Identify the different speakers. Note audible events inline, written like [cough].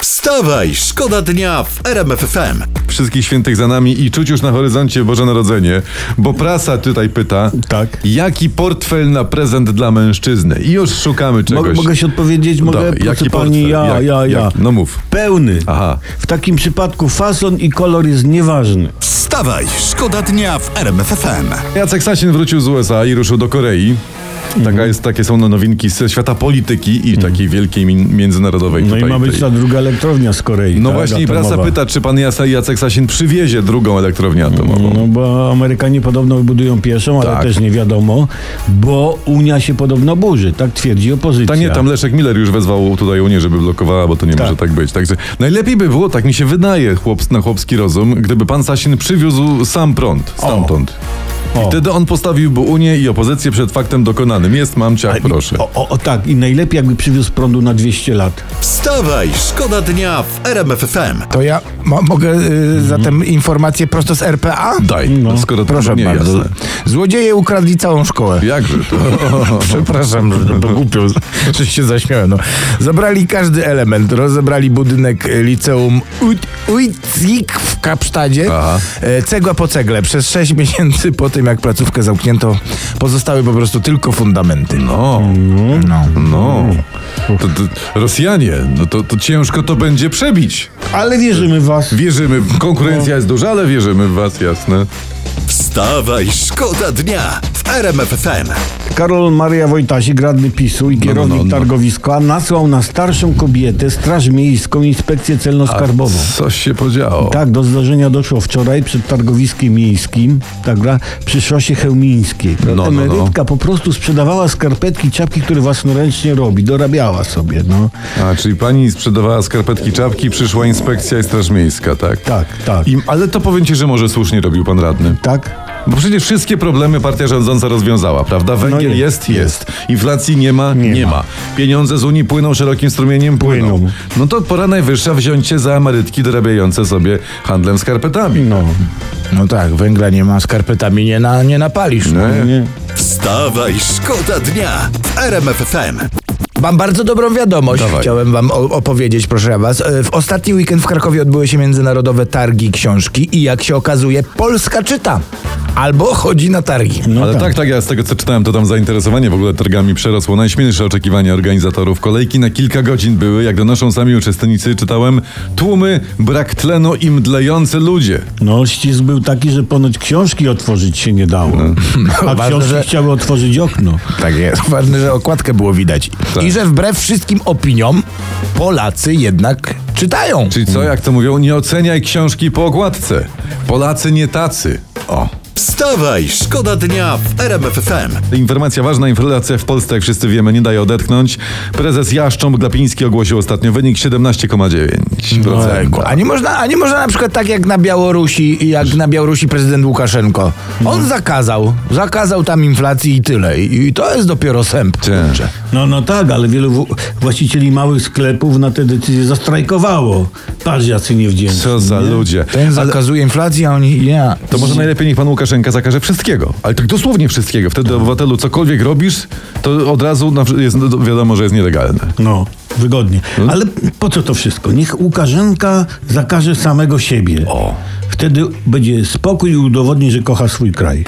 Speaker 1: Wstawaj, szkoda dnia w RMF FM.
Speaker 2: Wszystkich świętych za nami i czuć już na horyzoncie Boże Narodzenie, bo prasa tutaj pyta,
Speaker 3: Tak.
Speaker 2: jaki portfel na prezent dla mężczyzny? I już szukamy
Speaker 3: Mogę,
Speaker 2: czegoś.
Speaker 3: mogę się odpowiedzieć? Mogę?
Speaker 2: Dawaj,
Speaker 3: Proszę
Speaker 2: jaki
Speaker 3: pani,
Speaker 2: portfel?
Speaker 3: ja,
Speaker 2: Jak-
Speaker 3: ja, ja.
Speaker 2: jak? No mów.
Speaker 3: Pełny.
Speaker 2: Aha.
Speaker 3: W takim przypadku fason i kolor jest nieważny.
Speaker 1: Wstawaj, szkoda dnia w RMF FM.
Speaker 2: Jacek Sasin wrócił z USA i ruszył do Korei. Taka jest, takie są no, nowinki ze świata polityki i takiej wielkiej min- międzynarodowej.
Speaker 3: Mhm. No i
Speaker 2: tutaj,
Speaker 3: ma być
Speaker 2: tej.
Speaker 3: ta druga elektrownia z Korei.
Speaker 2: No
Speaker 3: tak,
Speaker 2: właśnie, i prasa
Speaker 3: atomowa.
Speaker 2: pyta, czy pan Jasa- Jacek Sasin przywiezie drugą elektrownię atomową.
Speaker 3: No bo Amerykanie podobno budują pierwszą, ale
Speaker 2: Tak.
Speaker 3: też nie wiadomo, bo Unia się podobno burzy, tak twierdzi opozycja.
Speaker 2: Ta nie, tam Leszek Miller już wezwał tutaj Unię, żeby blokowała, bo to nie może tak być. Także najlepiej by było, tak mi się wydaje, chłops, na chłopski rozum, gdyby pan Sasin przywiózł sam prąd stamtąd.
Speaker 3: O.
Speaker 2: I wtedy on postawiłby Unię i opozycję przed faktem dokonanym. Jest, mam cię, proszę.
Speaker 3: O, o, o tak, i najlepiej jakby przywiózł prądu na 200 lat.
Speaker 1: Wstawaj, szkoda dnia w RMF FM.
Speaker 4: To ja mo- mogę y, zatem informację prosto z RPA?
Speaker 2: Mhm. Daj, skoro
Speaker 4: Proszę
Speaker 2: to nie
Speaker 4: bardzo.
Speaker 2: jasne.
Speaker 4: Złodzieje ukradli całą szkołę.
Speaker 2: Jakże to?
Speaker 4: [laughs]
Speaker 2: [laughs]
Speaker 4: Przepraszam, że to głupio, że się zaśmiałem. No. Zabrali każdy element. Rozebrali budynek e, liceum Uit- Uitzik w Kapsztadzie.
Speaker 2: Aha.
Speaker 4: E, Cegła po cegle. Przez sześć miesięcy po tym, jak placówkę zamknięto, pozostały po prostu tylko fundamenty.
Speaker 2: No,
Speaker 4: No.
Speaker 2: no. To, to, Rosjanie, no to, to ciężko to będzie przebić.
Speaker 3: Ale wierzymy w was.
Speaker 2: Wierzymy, konkurencja jest duża, ale wierzymy w was, jasne.
Speaker 1: Wstawaj, szkoda dnia w RMF FM.
Speaker 3: Karol Maria Wojtasik, radny PiSu i kierownik
Speaker 2: no, no.
Speaker 3: targowiska nasłał na starszą kobietę Straż Miejską Inspekcję Celno-Skarbową.
Speaker 2: Coś się podziało.
Speaker 3: Tak, do zdarzenia doszło wczoraj przed targowiskiem miejskim, tak, gra, przy szosie chełmińskiej.
Speaker 2: No, no, no.
Speaker 3: Emerytka po prostu sprzedawała skarpetki, czapki, które własnoręcznie robi, dorabiała sobie, no.
Speaker 2: A, czyli pani sprzedawała skarpetki, czapki, przyszła inspekcja i straż miejska, tak?
Speaker 3: Tak, tak.
Speaker 2: I, ale to powiem ci, że może słusznie robił pan radny.
Speaker 3: Tak?
Speaker 2: Bo przecież wszystkie problemy partia rządząca rozwiązała, prawda? Węgiel
Speaker 3: nie.
Speaker 2: jest, jest. Inflacji nie ma, nie,
Speaker 3: Nie
Speaker 2: ma.
Speaker 3: ma.
Speaker 2: Pieniądze z Unii płyną szerokim strumieniem, płyną.
Speaker 3: Płyną.
Speaker 2: No to pora najwyższa wziąć się za emerytki dorabiające sobie handlem skarpetami.
Speaker 3: No.
Speaker 4: No tak, węgla nie ma, skarpetami nie, na, nie napalisz. No.
Speaker 2: Nie?
Speaker 3: Nie.
Speaker 1: Wstawaj, szkoda dnia w RMF FM.
Speaker 4: Mam bardzo dobrą wiadomość.
Speaker 2: Dawaj.
Speaker 4: Chciałem wam o- opowiedzieć, proszę was. E, W ostatni weekend w Krakowie odbyły się międzynarodowe targi książki i jak się okazuje, Polska czyta. Albo chodzi na targi.
Speaker 2: Ale tak. tak, ja z tego co czytałem, to tam zainteresowanie w ogóle targami przerosło najśmielsze oczekiwania organizatorów. Kolejki na kilka godzin były, jak donoszą sami uczestnicy, czytałem, tłumy, brak tlenu i mdlejący ludzie.
Speaker 3: No, ścisk był taki, że ponoć książki otworzyć się nie dało.
Speaker 2: No. [laughs]
Speaker 3: A
Speaker 4: Ważne,
Speaker 3: książki
Speaker 4: że-
Speaker 3: chciały otworzyć okno.
Speaker 4: Tak jest. [laughs] Tak. Ważne, że okładkę było widać. I że wbrew wszystkim opiniom, Polacy jednak czytają.
Speaker 2: Czyli co, jak to mówią, nie oceniaj książki po okładce. Polacy nie tacy. O.
Speaker 1: Wstawaj, szkoda dnia w RMF FM.
Speaker 2: Informacja ważna, inflacja w Polsce, jak wszyscy wiemy, nie daje odetchnąć. Prezes Jaszcząb Glapiński ogłosił ostatnio wynik 17,9%.
Speaker 4: Ojejku. A nie, można, a nie można na przykład tak jak na Białorusi, jak na Białorusi prezydent Łukaszenko. On zakazał, zakazał tam inflacji i tyle. I, i to jest dopiero sęp.
Speaker 2: Cię.
Speaker 3: No, no tak, ale wielu w- właścicieli małych sklepów na te decyzje zastrajkowało. Patrz, jacy niewdzięczni.
Speaker 2: Co za
Speaker 3: nie?
Speaker 2: ludzie.
Speaker 4: Ten zakazuje inflacji, a oni nie.
Speaker 2: To może najlepiej niech pan Łukaszenka zakaże wszystkiego. Ale tak dosłownie wszystkiego. Wtedy obywatelu cokolwiek robisz, to od razu na- jest, no, wiadomo, że jest nielegalne.
Speaker 3: No, wygodnie. Ale po co to wszystko? Niech Łukaszenka zakaże samego siebie. Wtedy będzie spokój i udowodni, że kocha swój kraj.